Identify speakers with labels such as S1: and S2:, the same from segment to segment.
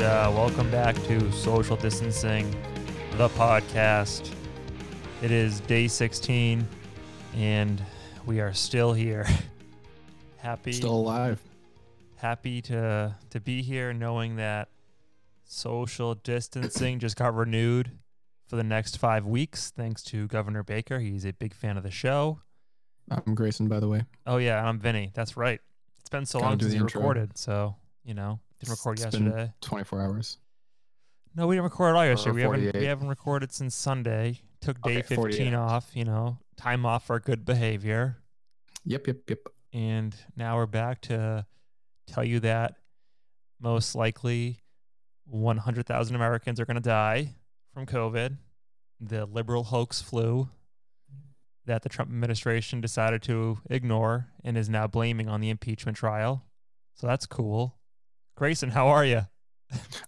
S1: uh, Welcome back to Social Distancing, the podcast. It is day 16, and we are still here. happy,
S2: Still alive.
S1: happy to to be here, knowing that social distancing just got renewed for the next five weeks, thanks to Governor Baker. He's a big fan of the show.
S2: I'm Grayson, by the way.
S1: Oh yeah, I'm Vinny. That's right. It's been so
S2: Gotta
S1: long
S2: do
S1: since
S2: the
S1: we
S2: intro.
S1: recorded, so you know didn't
S2: It's-
S1: record
S2: it's been-
S1: yesterday.
S2: 24 hours.
S1: No, we didn't record all yesterday.
S2: Or
S1: We haven't we
S2: 48.
S1: haven't recorded since Sunday. Took day
S2: Okay,
S1: 15
S2: 48.
S1: off, you know, time off for good behavior.
S2: Yep, yep, yep.
S1: And now we're back to tell you that most likely 100,000 Americans are going to die from COVID, the liberal hoax flu that the Trump administration decided to ignore and is now blaming on the impeachment trial. So that's cool. Grayson, how are you?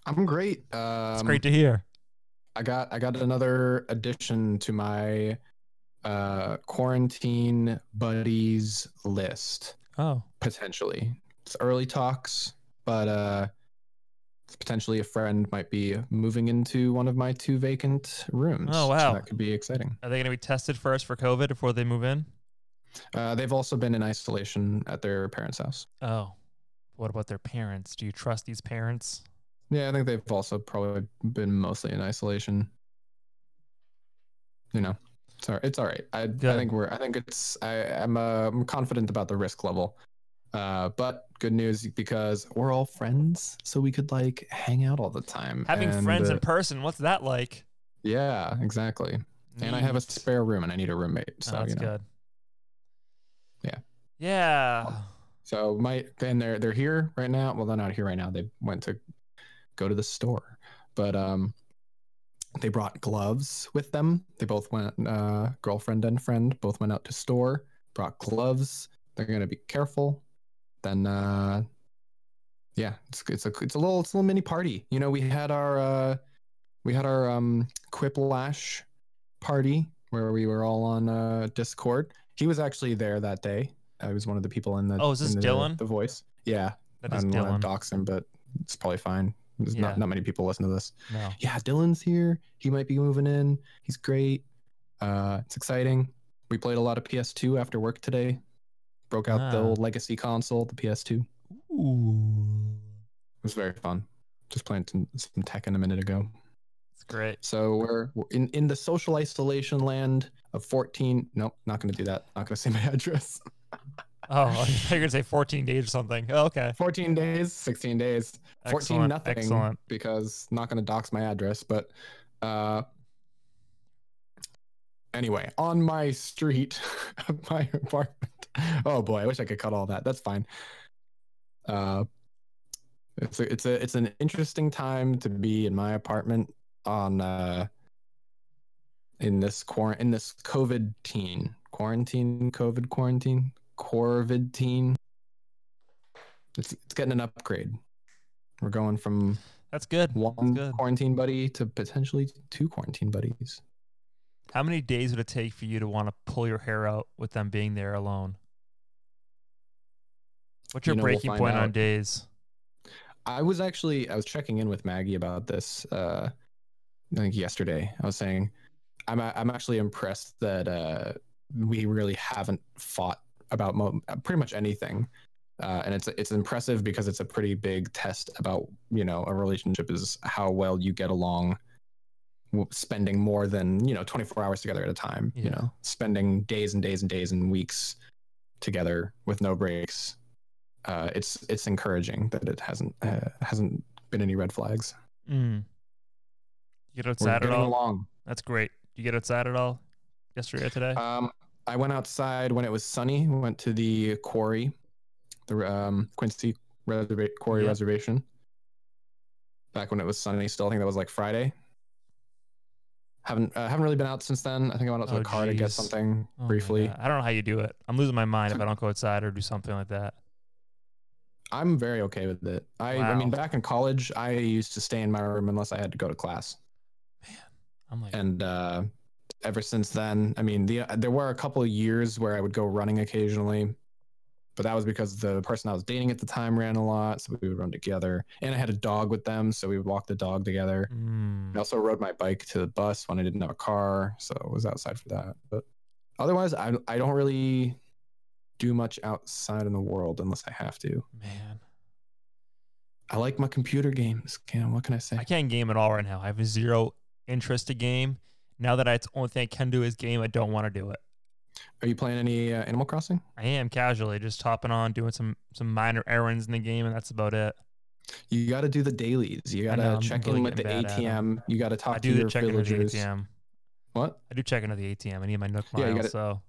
S2: I'm great.
S1: It's
S2: Um,
S1: great to hear.
S2: I got I got another addition to my uh, quarantine buddies list
S1: Oh,
S2: potentially. It's early talks, but uh, potentially a friend might be moving into one of my two vacant rooms.
S1: Oh, wow.
S2: So that could be exciting.
S1: are they going to be tested first for COVID before they move in?
S2: Uh, they've also been in isolation at their parents' house.
S1: Oh, what about their parents? Do you trust these parents?
S2: Yeah, I think they've also probably been mostly in isolation. You know, it's all right. It's all right. I, I
S1: Good.
S2: think we're. I think it's. I, I'm. Uh, I'm confident about the risk level. Uh, but good news because we're all friends, so we could like hang out all the time.
S1: Having
S2: And,
S1: friends
S2: uh,
S1: in person, what's that like?
S2: yeah, exactly. And I have a
S1: Neat.
S2: spare room, and I need a roommate.
S1: Oh,
S2: So
S1: that's
S2: you know.
S1: good.
S2: Yeah.
S1: Yeah.
S2: So my and they're they're here right now. Well, they're not here right now. They went to go to the store, but um, they brought gloves with them. They both went. Uh, girlfriend and friend both went out to store. Brought gloves. They're gonna be careful. Then uh, yeah, it's it's a it's a little it's a little mini party. You know, we had our uh, we had our um quiplash party where we were all on uh, Discord. He was actually there that day. I was one of the people in the
S1: Oh, is this
S2: in the-
S1: Dylan?
S2: The voice. Yeah,
S1: That
S2: I
S1: is
S2: don't want to
S1: Dylan.
S2: dox him, but it's probably fine. There's
S1: Yeah.
S2: not not many people listen to this.
S1: No.
S2: Yeah, Dylan's here. He might be moving in. He's great. Uh, it's exciting. We played a lot of PS2 after work today. Broke out the
S1: Ah.
S2: old legacy console, the PS2. It
S1: Ooh.
S2: was very fun. Just playing some, some Tekken a minute ago.
S1: It's great.
S2: So we're, we're in, in the social isolation land of 14. Nope, not going to do that. Not going to say my address.
S1: Oh, I thought you were going to say 14 days or something. Oh, okay.
S2: 14 days, 16 days, 14
S1: Excellent.
S2: nothing
S1: Excellent.
S2: because not going to dox my address, but uh anyway, on my street of my apartment. Oh boy, I wish I could cut all that. That's fine. Uh it's a, it's a it's an interesting time to be in my apartment on uh in this quar in this COVID teen. Quarantine, COVID quarantine, COVID teen. It's it's getting an upgrade. We're going from
S1: That's good. That's
S2: one
S1: good.
S2: quarantine buddy to potentially two quarantine buddies.
S1: How many days would it take for you to want to pull your hair out with them being there alone? What's your
S2: You know, we'll
S1: breaking
S2: find
S1: point on
S2: out.
S1: days?
S2: I was actually I was checking in with Maggie about this. Uh, I think yesterday I was saying I'm I'm actually impressed that uh, we really haven't fought about mo- pretty much anything, uh, and it's it's impressive because it's a pretty big test about you know a relationship is how well you get along. w- Spending more than you know 24 hours together at a time.
S1: Yeah.
S2: You know, spending days and days and days and weeks together with no breaks. Uh, it's it's encouraging that it hasn't uh, hasn't been any red flags.
S1: Mm. You get
S2: We're
S1: outside at
S2: getting
S1: all?
S2: along.
S1: That's great. You get outside at all yesterday or today?
S2: Um, I went outside when it was sunny. Went to the quarry, the um, Quincy Reserva- Quarry
S1: Yeah.
S2: Reservation. Back when it was sunny, still I think that was like Friday. Haven't uh, haven't really been out since then. I think I went out to
S1: Oh,
S2: the car to get
S1: geez.
S2: something
S1: Oh my
S2: briefly.
S1: God. I don't know how you do it. I'm losing my mind if I don't go outside or do something like that.
S2: I'm very okay with it. I I mean,
S1: Wow.
S2: back in college, I used to stay in my room unless I had to go to class.
S1: I'm like,
S2: and uh, ever since then, I mean, the there were a couple of years where I would go running occasionally, But that was because the person I was dating at the time ran a lot, so we would run together. And I had a dog with them, so we would walk the dog together.
S1: Mm.
S2: I also rode my bike to the bus when I didn't have a car, so I was outside for that. But otherwise, I I don't really do much outside in the world unless I have to.
S1: Man,
S2: I like my computer games, Cam. What can I say?
S1: I can't game at all right now. I have zero interest to game. Now that I, it's the only thing I can do is game, I don't want to do it.
S2: Are you playing any uh, Animal Crossing?
S1: I am casually just hopping on, doing some some minor errands in the game, and that's about it.
S2: You got to do the dailies. You
S1: I
S2: got
S1: know,
S2: to
S1: I'm
S2: check
S1: really
S2: in with the
S1: getting bad at 'em.
S2: ATM. You got to talk
S1: I
S2: to
S1: do the
S2: your
S1: check into the
S2: villagers.
S1: ATM.
S2: What?
S1: I do check into the ATM. I need my Nook
S2: Yeah, you
S1: Mile,
S2: gotta-
S1: so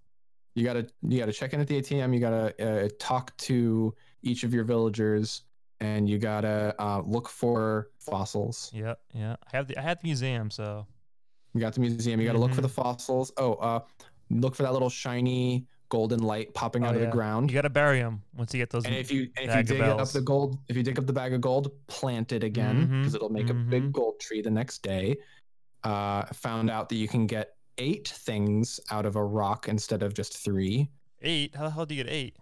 S2: You gotta you gotta check in at the ATM. You gotta uh, talk to each of your villagers, and you gotta uh, look for fossils.
S1: yeah, yeah. I have the I had the museum, so
S2: You got the museum. You gotta look for
S1: Mhm.
S2: the fossils. Oh, uh, look for that little shiny golden light popping
S1: Oh,
S2: out of
S1: yeah.
S2: the ground.
S1: you got to bury them once you get those.
S2: and if you and if
S1: bag
S2: you
S1: of
S2: dig up
S1: bells.
S2: the gold, if you dig up the bag of gold, plant it again
S1: Mhm,
S2: because it'll make a
S1: mhm.
S2: big gold tree the next day. Uh, found out that you can get eight things out of a rock instead of just three.
S1: eight, how the hell do you get eight?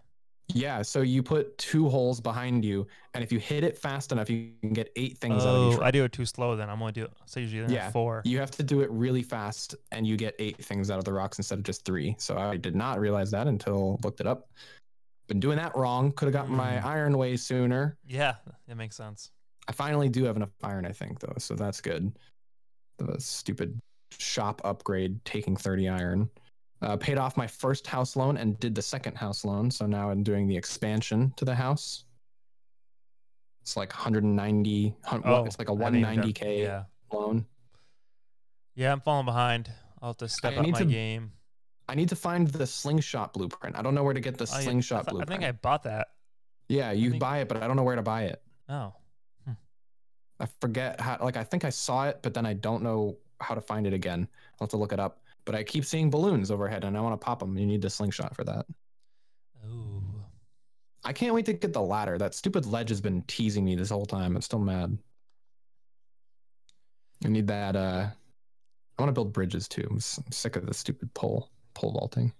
S2: Yeah, so you put two holes behind you, and if you hit it fast enough, you can get eight things out of
S1: Oh,
S2: each rock.
S1: I do it too slow. Then I'm gonna do. So usually then
S2: Yeah.
S1: four.
S2: You have to do it really fast, and you get eight things out of the rocks instead of just three. So I did not realize that until looked it up. Been doing that wrong. Could have gotten my
S1: Mm.
S2: iron way sooner.
S1: Yeah, that makes sense.
S2: I finally do have enough iron, I think, though, so that's good. The stupid shop upgrade taking 30 iron. Uh, paid off my first house loan and did the second house loan, so now I'm doing the expansion to the house. It's like 190, hun-
S1: Oh,
S2: it's like a
S1: I haven't even done-
S2: 190k
S1: Yeah,
S2: loan.
S1: yeah. I'm falling behind. I'll have to step
S2: I
S1: up
S2: need
S1: my
S2: to
S1: game.
S2: I need to find the slingshot blueprint. I don't know where to get the
S1: Oh, yeah,
S2: slingshot
S1: I, th- I
S2: blueprint.
S1: think I bought that.
S2: yeah, you
S1: think-
S2: buy it, but I don't know where to buy it.
S1: Oh,
S2: I forget how like I think I saw it, but then I don't know how to find it again. I'll have to look it up. But I keep seeing balloons overhead and I want to pop them. You need the slingshot for that.
S1: ooh.
S2: I can't wait to get the ladder. That stupid ledge has been teasing me this whole time. I'm still mad. I need that uh I want to build bridges too. I'm, s- I'm sick of this stupid pole pole vaulting.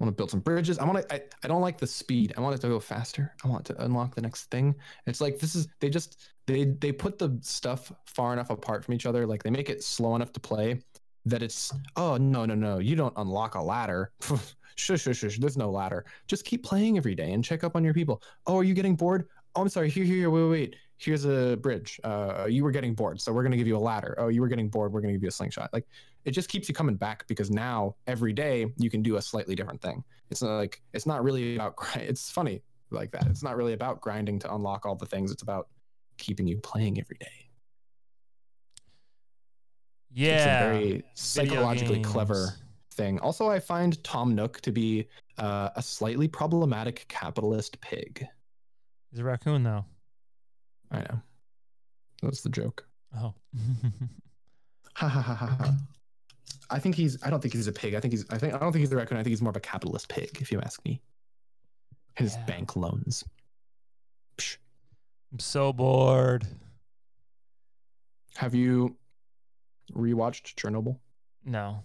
S2: I want to build some bridges. I want to. I, I don't like the speed. I want it to go faster. I want to unlock the next thing. It's like this is they just they they put the stuff far enough apart from each other. Like they make it slow enough to play that it's oh no no no you don't unlock a ladder. shush shush shush. There's no ladder. Just keep playing every day and check up on your people. Oh, are you getting bored? Oh, I'm sorry. Here here here. Wait wait. wait. Here's a bridge. Uh, you were getting bored, so we're gonna give you a ladder. Oh, you were getting bored. We're gonna give you a slingshot. Like it just keeps you coming back because now every day you can do a slightly different thing. It's not like it's not really about gri- it's funny like that. It's not really about grinding to unlock all the things. It's about keeping you playing every day.
S1: Yeah.
S2: It's a very
S1: video
S2: psychologically clever
S1: games.
S2: thing. Also, I find Tom Nook to be uh, a slightly problematic capitalist pig.
S1: He's a raccoon though.
S2: I know. That's the joke.
S1: Oh.
S2: Ha ha ha ha. ha. I think he's. I don't think he's a pig. I think he's. I think. I don't think he's a raccoon. I think he's more of a capitalist pig, if you ask me. His
S1: Yeah.
S2: bank loans.
S1: I'm so bored.
S2: Have you rewatched Chernobyl?
S1: No,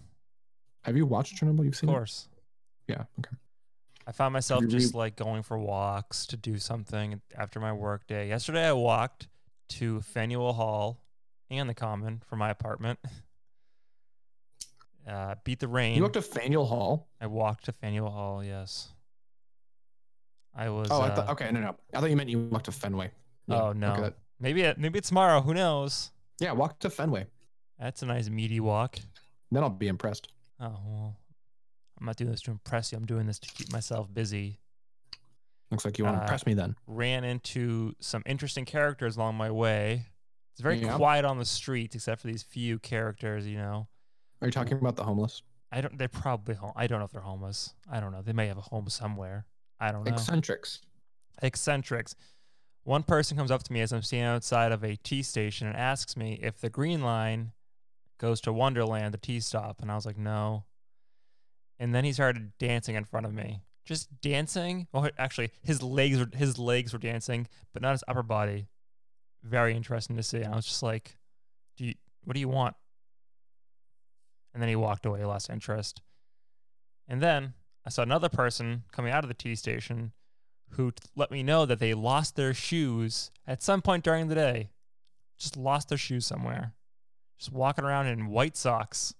S2: Have you watched Chernobyl? You've
S1: of
S2: seen
S1: course.
S2: it? Yeah. Okay.
S1: I found myself
S2: you re-
S1: just like going for walks to do something after my work day. Yesterday, I walked to Faneuil Hall and the Common from my apartment. Uh, beat the rain.
S2: You walked to Faneuil Hall.
S1: I walked to Faneuil Hall. Yes, I was.
S2: Oh, I
S1: uh,
S2: thought. Okay, no, no. I thought you meant you walked to Fenway. Yeah,
S1: oh no,
S2: okay, that-
S1: maybe it, maybe it's tomorrow. Who knows?
S2: Yeah, walk to Fenway.
S1: That's a nice meaty walk.
S2: Then I'll be impressed.
S1: Oh well, I'm not doing this to impress you. I'm doing this to keep myself busy.
S2: Looks like you want
S1: Uh,
S2: to impress me then.
S1: ran into some interesting characters along my way. It's very
S2: Yeah.
S1: quiet on the streets except for these few characters, you know.
S2: Are you talking about the homeless?
S1: I don't they're probably home. I don't know if they're homeless. I don't know. They may have a home somewhere. I don't know.
S2: Eccentrics.
S1: Eccentrics. One person comes up to me as I'm standing outside of a tea station and asks me if the green line goes to Wonderland, the tea stop, and I was like, "No." And then he started dancing in front of me. Just dancing. Well, actually, his legs were his legs were dancing, but not his upper body. Very interesting to see. I was just like, "Do you, what do you want?" And then he walked away, lost interest. And then I saw another person coming out of the T station who t- let me know that they lost their shoes at some point during the day. Just lost their shoes somewhere. Just walking around in white socks.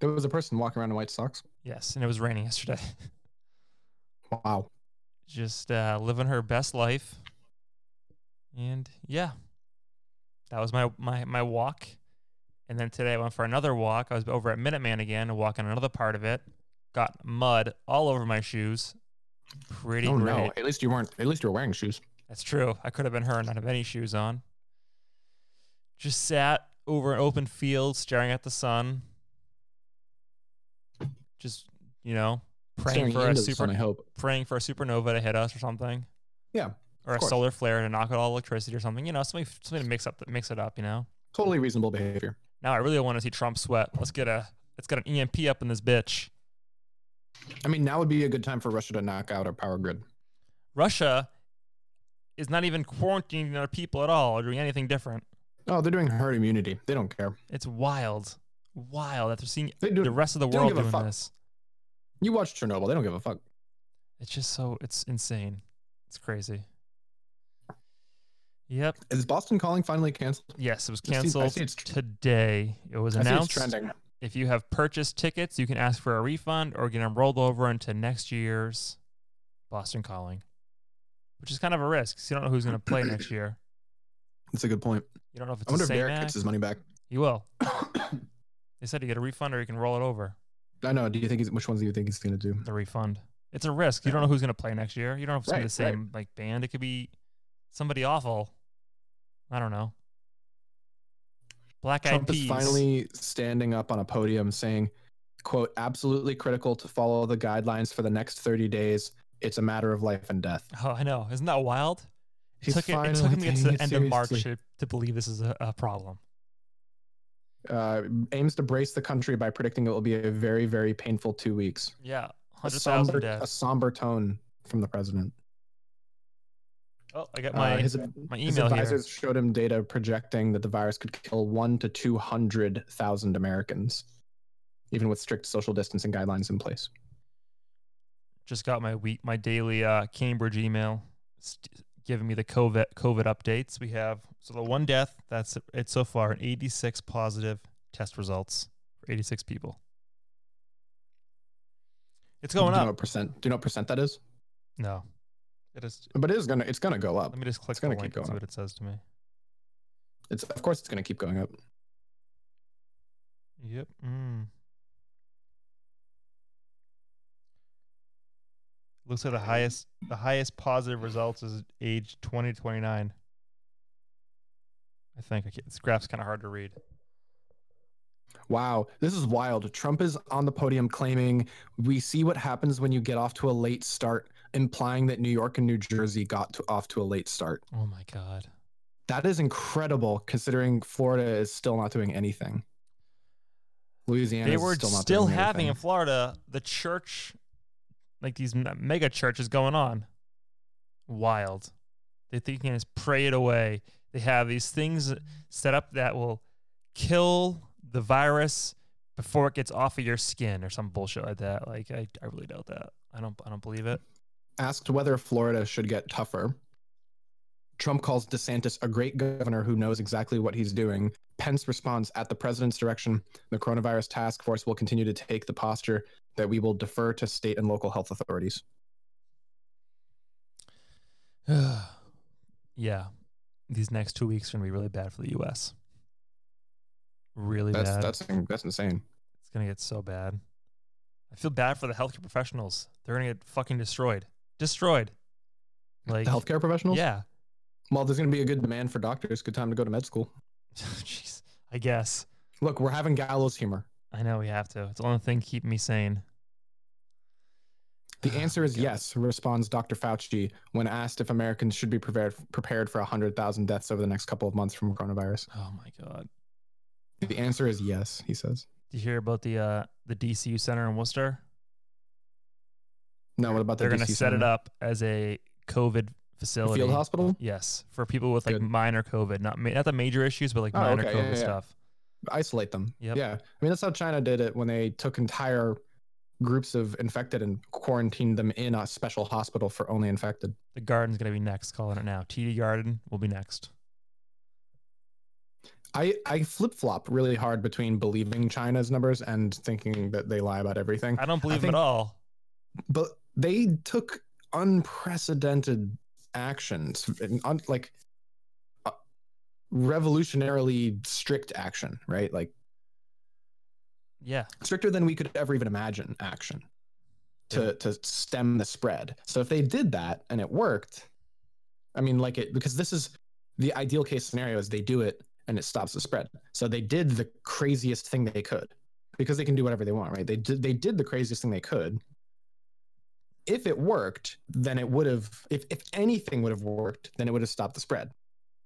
S2: There was a person walking around in white socks.
S1: Yes, and it was raining yesterday.
S2: Wow.
S1: Just uh, living her best life. And yeah, that was my, my, my walk. And then today I went for another walk. I was over at Minuteman again and walking another part of it. Got mud all over my shoes. Pretty
S2: Oh
S1: great.
S2: no. At least you weren't. At least you were wearing shoes.
S1: That's true. I could have been her and not have any shoes on. Just sat over an open field staring at the sun. Just, you know, praying
S2: Staring
S1: for a
S2: into the sun, I
S1: super
S2: hope.
S1: praying for a supernova to hit us or something.
S2: Yeah,
S1: Or a
S2: course.
S1: solar flare to knock out all electricity or something. You know, something something to mix up mix it up, you know.
S2: Totally reasonable behavior.
S1: Now I really want to see Trump sweat. Let's get a let's get an EMP up in this bitch.
S2: I mean, now would be a good time for Russia to knock out our power grid.
S1: Russia is not even quarantining their people at all or doing anything different.
S2: Oh, they're doing herd immunity. They don't care.
S1: It's wild. Wild that they're seeing
S2: They
S1: the
S2: do.
S1: rest of the
S2: don't
S1: world
S2: give a
S1: doing
S2: fuck.
S1: this.
S2: You watch Chernobyl. They don't give a fuck.
S1: It's just so it's insane. It's crazy. Yep.
S2: Is Boston calling finally canceled?
S1: Yes, it was
S2: I see- I see
S1: canceled
S2: it's-
S1: today. It was
S2: I see it's
S1: announced.
S2: trending.
S1: If you have purchased tickets, you can ask for a refund or get them rolled over into next year's Boston Calling, which is kind of a risk 'cause you don't know who's going to play next year.
S2: That's a good point.
S1: You don't know if it's
S2: I wonder
S1: the
S2: if
S1: same
S2: Derek
S1: act.
S2: gets his money back.
S1: You will.
S2: I
S1: They said you get a refund or you can roll it over.
S2: know. Do you think he's, which ones do you think he's gonna do?
S1: the refund. It's a risk. You don't know who's going to play next year. You don't know if it's going to be the
S2: Right, right.
S1: same like band. It could be somebody awful. I don't know. Black Eyed
S2: Trump is
S1: Peas.
S2: finally standing up on a podium saying, "quote Absolutely critical to follow the guidelines for the next 30 days. It's a matter of life and death."
S1: Oh, I know. Isn't that wild? It
S2: He's
S1: took, it, it took
S2: finally
S1: him to get to
S2: taking
S1: the
S2: it
S1: end of March
S2: seriously.
S1: to, to believe this is a, a problem.
S2: Uh, aims to brace the country by predicting it will be a very, very painful two weeks.
S1: Yeah,
S2: A
S1: hundred
S2: somber,
S1: thousand
S2: a
S1: dead.
S2: somber tone from the president.
S1: Oh, I got
S2: Uh,
S1: my
S2: his-
S1: my
S2: His
S1: email here.
S2: advisors showed him data projecting that the virus could kill one to two hundred thousand Americans, even with strict social distancing guidelines in place.
S1: Just got my week my daily uh, Cambridge email st- giving me the COVID COVID updates. We have so the one death. That's it so far. And eighty six positive test results for eighty six people. It's going
S2: do You know
S1: up.
S2: what percent? Do you know what percent that is?
S1: No, it is.
S2: But it is gonna it's gonna go up.
S1: Let me just click
S2: It's gonna
S1: the link
S2: keep
S1: and see
S2: going
S1: what it says to me.
S2: It's of course it's gonna keep going up.
S1: Yep. Mm. Looks like the highest the highest positive results is age 20 to 29. I think I can't, this graph's kind of hard to read.
S2: Wow, this is wild. Trump is on the podium claiming we see what happens when you get off to a late start, implying that New York and New Jersey got to, off to a late start.
S1: Oh my god.
S2: That is incredible, considering Florida is still not doing anything. Louisiana
S1: they
S2: is
S1: were
S2: still, not
S1: still
S2: doing
S1: having in
S2: anything.
S1: Florida the church like these m- mega churches going on. Wild. They think you can just pray it away. They have these things set up that will kill the virus before it gets off of your skin or some bullshit like that. Like I, I really doubt that. I don't I don't believe it.
S2: asked whether Florida should get tougher. Trump calls DeSantis a great governor who knows exactly what he's doing. Pence responds at the president's direction, the coronavirus task force will continue to take the posture that we will defer to state and local health authorities.
S1: yeah. These next two weeks are gonna be really bad for the US. Really
S2: That's
S1: bad.
S2: that's that's insane.
S1: It's gonna get so bad. I feel bad for the healthcare professionals. They're gonna get fucking destroyed. Destroyed. Like
S2: The healthcare professionals?
S1: Yeah.
S2: Well, there's going to be a good demand for doctors. Good time to go to med school.
S1: Jeez. I guess.
S2: Look, we're having gallows humor.
S1: I know we have to. It's the only thing keeping me sane.
S2: The answer is
S1: God.
S2: yes, responds Dr. Fauci when asked if Americans should be prepared prepared for 100,000 deaths over the next couple of months from coronavirus.
S1: Oh my god.
S2: The answer is yes, he says.
S1: Did you hear about the uh the DCU center in Worcester?
S2: No, what about the
S1: They're gonna
S2: DC
S1: set it
S2: center?
S1: up as a COVID facility.
S2: Field hospital?
S1: Yes, for people with like
S2: Good.
S1: minor COVID, not ma- not the major issues, but like
S2: Oh,
S1: minor
S2: okay, yeah,
S1: COVID
S2: yeah, yeah.
S1: stuff.
S2: Isolate them.
S1: Yep.
S2: Yeah. I mean, that's how China did it when they took entire groups of infected and quarantined them in a special hospital for only infected.
S1: The garden's gonna be next. Calling it now. TD Garden will be next.
S2: I, I flip flop really hard between believing China's numbers and thinking that they lie about everything.
S1: I don't believe him
S2: think-
S1: at all.
S2: But they took unprecedented actions, and un, like uh, revolutionarily strict action, right? Like
S1: Yeah.
S2: stricter than we could ever even imagine action to to stem the spread. So if they did that and it worked, I mean like it because this is the ideal case scenario is they do it and it stops the spread. So they did the craziest thing they could because they can do whatever they want, right? They did they did the craziest thing they could. If it worked, then it would have if if anything would have worked, then it would have stopped the spread.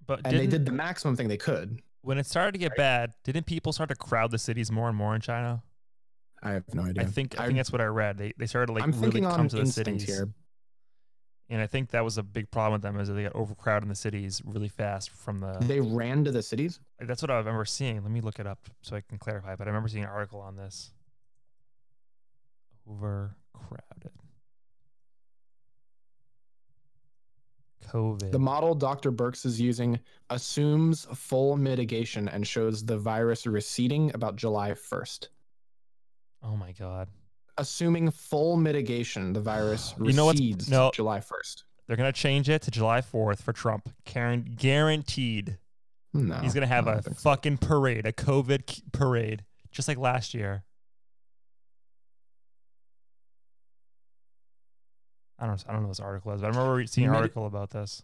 S1: But
S2: And they
S1: didn't-
S2: did the maximum thing they could.
S1: when it started to get bad, didn't people start to crowd the cities more and more in China?
S2: I have no idea.
S1: I think I,
S2: I-
S1: think that's what I read. They they started to like
S2: I'm
S1: really
S2: thinking
S1: come
S2: on
S1: to the
S2: instinct
S1: cities,
S2: here.
S1: and I think that was a big problem with them is that they got overcrowded in the cities really fast from the.
S2: They ran to the cities.
S1: that's what I remember seeing. Let me look it up so I can clarify. But I remember seeing an article on this. Overcrowded. COVID.
S2: The model Dr. Burks is using assumes full mitigation and shows the virus receding about July 1st.
S1: oh my god.
S2: Assuming full mitigation, the virus
S1: You know what's-
S2: recedes
S1: no.
S2: July 1st.
S1: They're gonna change it to July fourth for Trump. Karen guaranteed.
S2: No.
S1: He's gonna have
S2: Oh, I
S1: a
S2: don't think so.
S1: fucking parade, a COVID k- parade, just like last year. I don't, I don't know what this article is, but I remember re- seeing an
S2: Medi-
S1: article about this.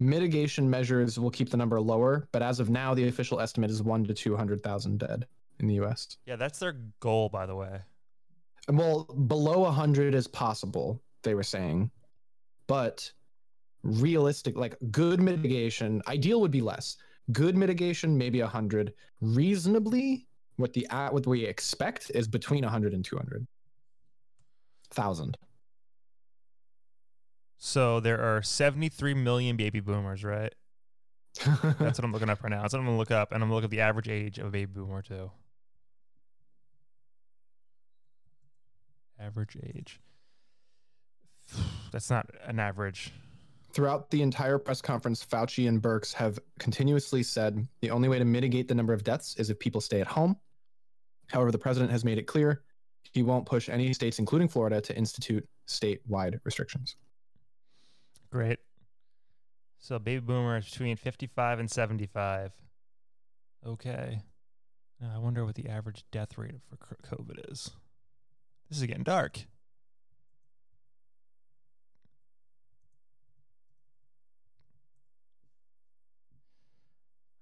S2: Mitigation measures will keep the number lower, but as of now, the official estimate is 1 to 200,000 dead in the US.
S1: Yeah, that's their goal, by the way.
S2: And well, below 100 is possible, they were saying. But realistic, like good mitigation, ideal would be less. Good mitigation, maybe 100. Reasonably, what the a- what we expect is between 100 and 200. 1,000.
S1: So there are 73 million baby boomers, right? That's what I'm looking up right now. That's what I'm gonna look up, and I'm gonna look up the average age of a baby boomer too. Average age. That's not an average.
S2: Throughout the entire press conference, Fauci and Burks have continuously said the only way to mitigate the number of deaths is if people stay at home. However, the president has made it clear he won't push any states, including Florida, to institute statewide restrictions.
S1: Great. So baby boomers between 55 and 75. Okay. Now I wonder what the average death rate for c- COVID is. This is getting dark.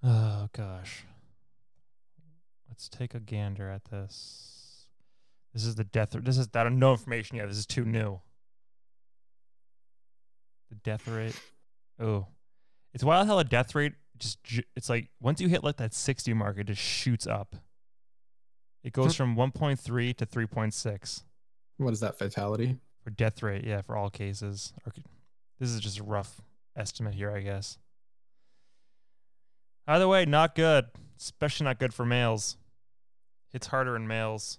S1: Oh gosh. Let's take a gander at this. This is the death. This is I don't know information yet. This is too new. The death rate. Oh, it's wild how the death rate just. ju- It's like once you hit like that sixty mark, it just shoots up. It goes from one point three to three point six
S2: What is that fatality?
S1: for death rate. Yeah, for all cases. Or c- This is just a rough estimate here, I guess. Either way, not good. Especially not good for males. It's harder in males.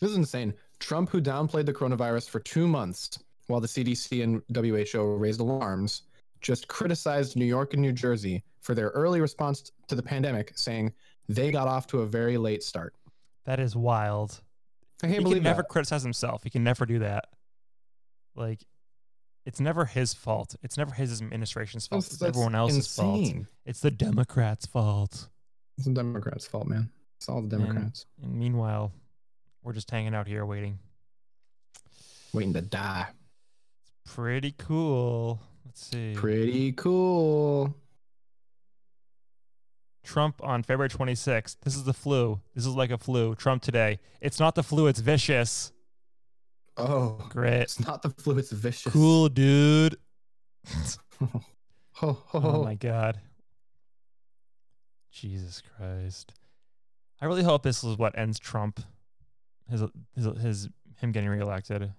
S2: This is insane. Trump, who downplayed the coronavirus for two months while the CDC and WHO raised alarms, just criticized New York and New Jersey for their early response to the pandemic, saying they got off to a very late start.
S1: That is wild.
S2: I can't
S1: he
S2: believe
S1: can never
S2: that.
S1: criticize himself. He can never do that. Like, it's never his fault. It's never his administration's fault.
S2: That's-
S1: it's
S2: that's
S1: everyone else's fault.
S2: insane.
S1: It's the Democrats' fault.
S2: It's the Democrats' fault, man. It's all the
S1: And-
S2: Democrats
S1: And meanwhile, we're just hanging out here waiting.
S2: waiting to die.
S1: Pretty cool. Let's see.
S2: Pretty cool.
S1: Trump on February 26th. This is the flu. This is like a flu. Trump today. It's not the flu. It's vicious.
S2: Oh,
S1: Great.
S2: it's not the flu. It's vicious.
S1: Cool, dude.
S2: Ho, ho,
S1: Oh
S2: ho.
S1: my god. Jesus Christ. I really hope this is what ends Trump his his, his him getting reelected.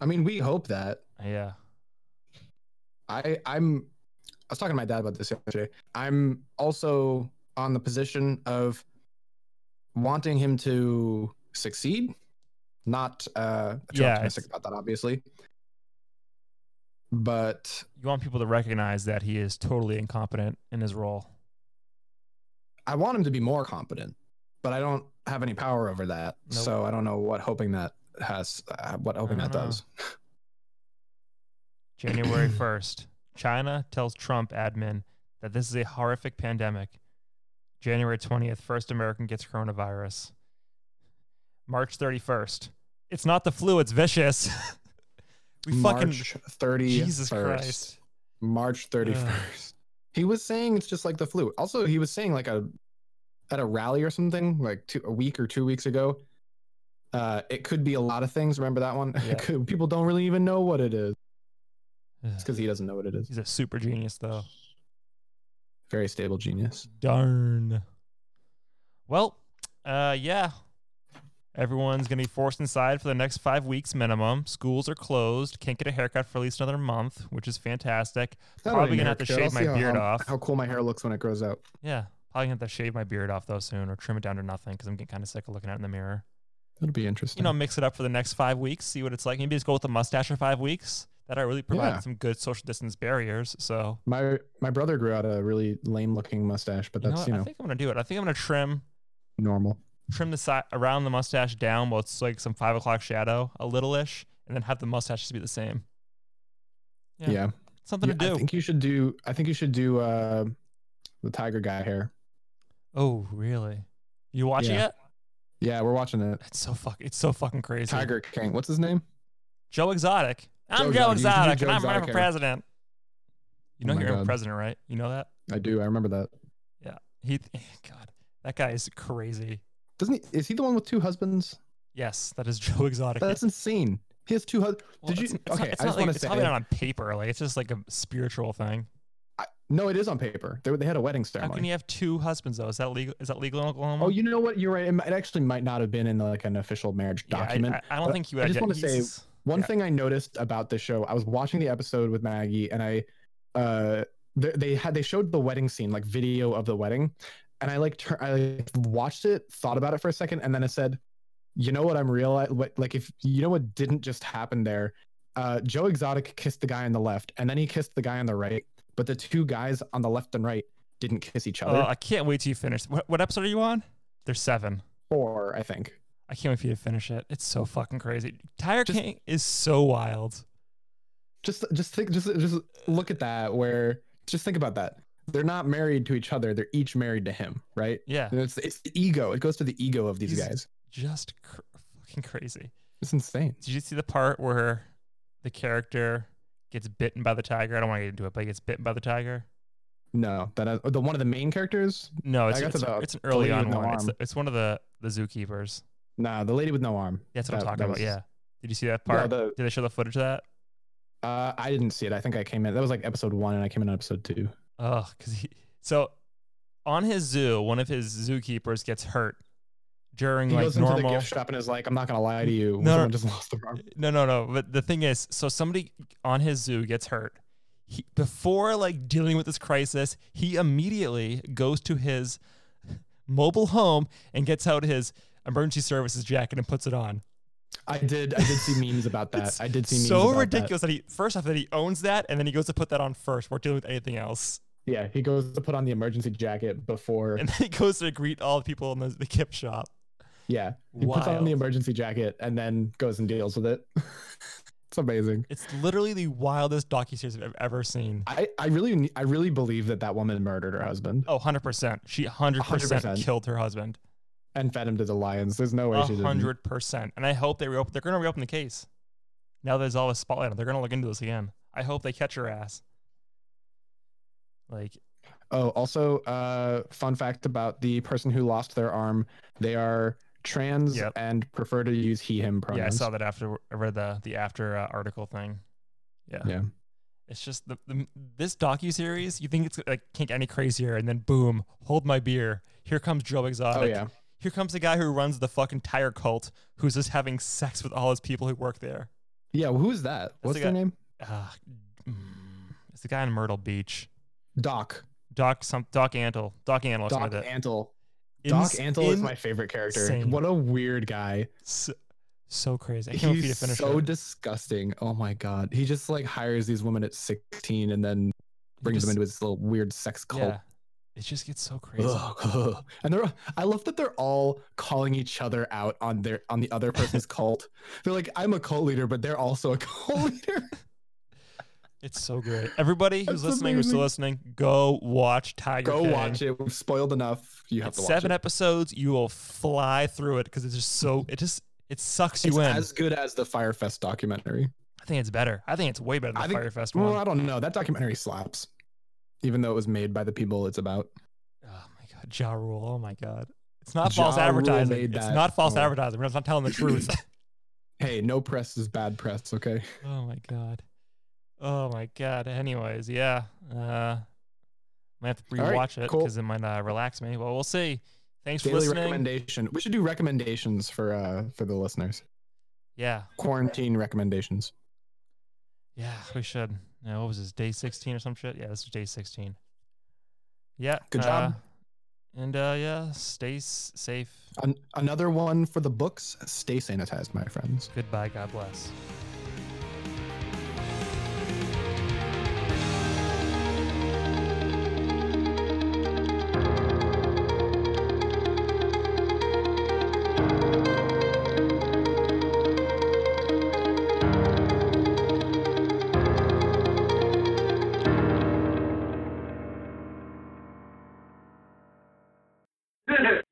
S2: I mean, we hope that.
S1: Yeah.
S2: I I'm I was talking to my dad about this yesterday. I'm also on the position of wanting him to succeed, not uh, too
S1: Yeah,
S2: optimistic about that, obviously. But
S1: You want people to recognize that he is totally incompetent in his role.
S2: I want him to be more competent, but I don't have any power over that.
S1: Nope.
S2: So I don't know what hoping that has, uh, what hoping
S1: I
S2: that
S1: don't know.
S2: does.
S1: January 1st, China tells Trump admin that this is a horrific pandemic. January 20th, first American gets coronavirus. March 31st, it's not the flu, it's vicious. we fucking
S2: March 30th.
S1: Jesus Christ.
S2: March 31st. He was saying it's just like the flu. Also, he was saying like a at a rally or something like two, a week or two weeks ago. Uh, it could be a lot of things. Remember that one? It
S1: Yeah.
S2: could- people don't really even know what it is. It's
S1: Ugh.
S2: because he doesn't know what it is.
S1: He's a super genius though.
S2: Very stable genius.
S1: Darn. Well, uh, yeah. Everyone's going to be forced inside for the next five weeks minimum. Schools are closed. Can't get a haircut for at least another month, which is fantastic. Probably gonna have to
S2: Haircut. I'll
S1: shave my
S2: see how-
S1: beard
S2: how-
S1: off.
S2: How cool my hair looks when it grows out.
S1: Yeah. Probably going to have to shave my beard off though soon or trim it down to nothing because I'm getting kind of sick of looking at it in the mirror.
S2: That'll be
S1: You
S2: interesting.
S1: know, mix it up for the next five weeks, see what it's like. Maybe just go with a mustache for five weeks. That really provided
S2: Yeah.
S1: some good social distance barriers. So,
S2: my my brother grew out a really lame looking mustache, but
S1: you know what?
S2: that's you know,
S1: I think I'm going to do it. I think I'm going to trim
S2: normal.
S1: trim the side around the mustache down while it's like some five o'clock shadow, a little ish, and then have the mustache just be the same. Yeah.
S2: Yeah.
S1: Something
S2: Yeah,
S1: to
S2: I
S1: do.
S2: think you should do. I think you should do uh, the tiger guy hair.
S1: Oh, really? You watching
S2: Yeah.
S1: it?
S2: Yeah, we're watching it.
S1: It's so fuck. It's so fucking crazy.
S2: Tiger King. What's his name?
S1: Joe Exotic. I'm
S2: Joe
S1: Joe
S2: Exotic. You can do
S1: Exotic,
S2: Joe
S1: and I'm
S2: Exotic
S1: running for
S2: hair.
S1: president. You know
S2: Oh my
S1: you're running for
S2: God.
S1: president, right? You know that?
S2: I do. I remember that.
S1: He, God, that guy is crazy.
S2: Doesn't he? Is he the one with two husbands?
S1: Yes, that is Joe Exotic.
S2: That's insane. He has two husbands.
S1: Well,
S2: did you-
S1: it's- it's not-
S2: okay,
S1: it's
S2: I
S1: not
S2: just
S1: like-
S2: wanna
S1: it's probably
S2: say-
S1: not on paper. Like it's just like a spiritual thing.
S2: No, it is on paper. They, were- they had a wedding
S1: How can
S2: ceremony.
S1: you have two husbands though? Is that legal? Is that legal in Oklahoma?
S2: oh, you know what? You're right. It, might- it actually might not have been in like an official marriage
S1: Yeah, I-
S2: document.
S1: I, I don't
S2: but
S1: think you.
S2: I
S1: would
S2: just
S1: ident-
S2: wanna say-
S1: he's-
S2: One
S1: yeah.
S2: thing I noticed about this show, I was watching the episode with Maggie, and I, uh, they, they had they showed the wedding scene, like video of the wedding, and I like tur- I like, watched it, thought about it for a second, and then I said, you know what I'm realize what like if you know what didn't just happen there, uh, Joe Exotic kissed the guy on the left, and then he kissed the guy on the right, but the two guys on the left and right didn't kiss each other.
S1: Oh, I can't wait till you finish. What, what episode are you on? There's seven.
S2: Four, I think.
S1: I can't wait for you to finish it. It's so fucking crazy. Tiger
S2: Just-
S1: King is so wild.
S2: just just think just just look at that where just think about that they're not married to each other they're each married to him right
S1: Yeah,
S2: And it's it's the ego it goes to the ego of these
S1: He's-
S2: guys
S1: just cr- fucking crazy.
S2: it's insane
S1: Did you see the part where the character gets bitten by the tiger? I don't want to get into it, but he gets bitten by the tiger.
S2: no that uh, the one of the main characters
S1: No, it's
S2: got
S1: it's,
S2: to the
S1: it's an early
S2: lady
S1: on
S2: with no
S1: one. It's,
S2: arm.
S1: it's one of the the zookeepers.
S2: nah the lady with no arm
S1: That's what I'm
S2: That-
S1: talking
S2: that
S1: about.
S2: was-
S1: Yeah. Did you see that
S2: No,
S1: part?
S2: the-
S1: Did they show the footage of that?
S2: uh, i didn't see it i think i came in that was like episode one and i came in on episode two
S1: Ugh, because he so on his zoo, one of his zookeepers gets hurt during
S2: he
S1: like
S2: goes into the
S1: normal.
S2: gift shop and is like i'm not gonna lie to you
S1: No, no.
S2: someone just lost their arm
S1: No, no, no. But the thing is, so somebody on his zoo gets hurt. He, before like dealing with this crisis, he immediately goes to his mobile home and gets out his emergency services jacket and puts it on.
S2: i did i did see memes about that
S1: It's
S2: i did see memes
S1: So
S2: about that.
S1: ridiculous that. he first off that he owns that and then he goes to put that on first before dealing with anything else.
S2: yeah he goes to put on the emergency jacket before
S1: And then he goes to greet all the people in the, the kip shop.
S2: yeah He puts on
S1: Wild.
S2: the emergency jacket and then goes and deals with it. it's amazing.
S1: It's literally the wildest docuseries I've ever seen.
S2: I, I really I really believe that that woman murdered her husband
S1: Oh, 100%. She 100%,
S2: 100%.
S1: killed her husband.
S2: and fed him to the lions. There's no way she did
S1: 100%. And I hope they reopen. They're going to reopen the case. Now there's all this spotlight on it. They're going to look into this again. I hope they catch her ass. Like,
S2: Oh, also, uh, fun fact about the person who lost their arm: they are trans
S1: Yep.
S2: and prefer to use he/him pronouns.
S1: yeah, I saw that after I read the the after uh, article thing. Yeah.
S2: Yeah.
S1: It's just the, the this docu series. You think it's like can't get any crazier, and then boom, hold my beer. Here comes Joe Exotic.
S2: Oh yeah,
S1: Here comes the guy who runs the fucking tire cult, who's just having sex with all his people who work there.
S2: yeah. Well, who's that? What's
S1: the
S2: their
S1: guy-
S2: name?
S1: Uh, it's the guy in Myrtle Beach.
S2: Doc.
S1: Doc some Doc Antle. Doc Antle. or something
S2: Doc
S1: like that.
S2: Antle. Doc
S1: Ins-
S2: Antle is
S1: in-
S2: my favorite character.
S1: insane.
S2: What a weird guy.
S1: so, so crazy. I can't wait for you to
S2: He's
S1: finish
S2: so
S1: it.
S2: disgusting. Oh my god. He just like hires these women at 16 and then
S1: You
S2: brings
S1: just-
S2: them into his little weird sex cult.
S1: Yeah, it just gets so crazy.
S2: Ugh, ugh. And they're I love that they're all calling each other out on their on the other person's cult. They're like, I'm a cult leader, but they're also a cult leader.
S1: It's so great. Everybody who's
S2: That's
S1: listening, who's still listening, go watch Tiger
S2: Go
S1: King.
S2: watch it. We've spoiled enough. You have
S1: It's
S2: to watch
S1: seven
S2: it.
S1: episodes. You will fly through it because it's just so. It just it sucks you
S2: It's
S1: in.
S2: as good as the Firefest documentary.
S1: I think it's better. I think it's way better
S2: I
S1: than the
S2: think-
S1: Firefest one.
S2: Well, I don't know. That documentary slaps. Even though it was made by the people it's about.
S1: oh my god, Ja Rule. Oh my god, it's not
S2: Ja
S1: false
S2: Rule
S1: advertising.
S2: made
S1: It's
S2: that.
S1: not false
S2: Oh.
S1: advertising. We're not telling the truth.
S2: Hey, no press is bad press, okay?
S1: oh my god. Oh my god. Anyways, yeah. Uh, might have to
S2: All right,
S1: rewatch it
S2: cool.
S1: because it might uh, relax me. Well, we'll see. Thanks for
S2: Daily
S1: listening.
S2: recommendation. We should do recommendations for uh for the listeners.
S1: yeah.
S2: Quarantine recommendations.
S1: Yeah, we should. Yeah, what was this? Day sixteen or some shit? Yeah, this is day sixteen. Yeah.
S2: Good
S1: uh,
S2: job.
S1: and uh, yeah, stay s- safe.
S2: An- another one for the books. Stay sanitized, my friends.
S1: Goodbye. God bless.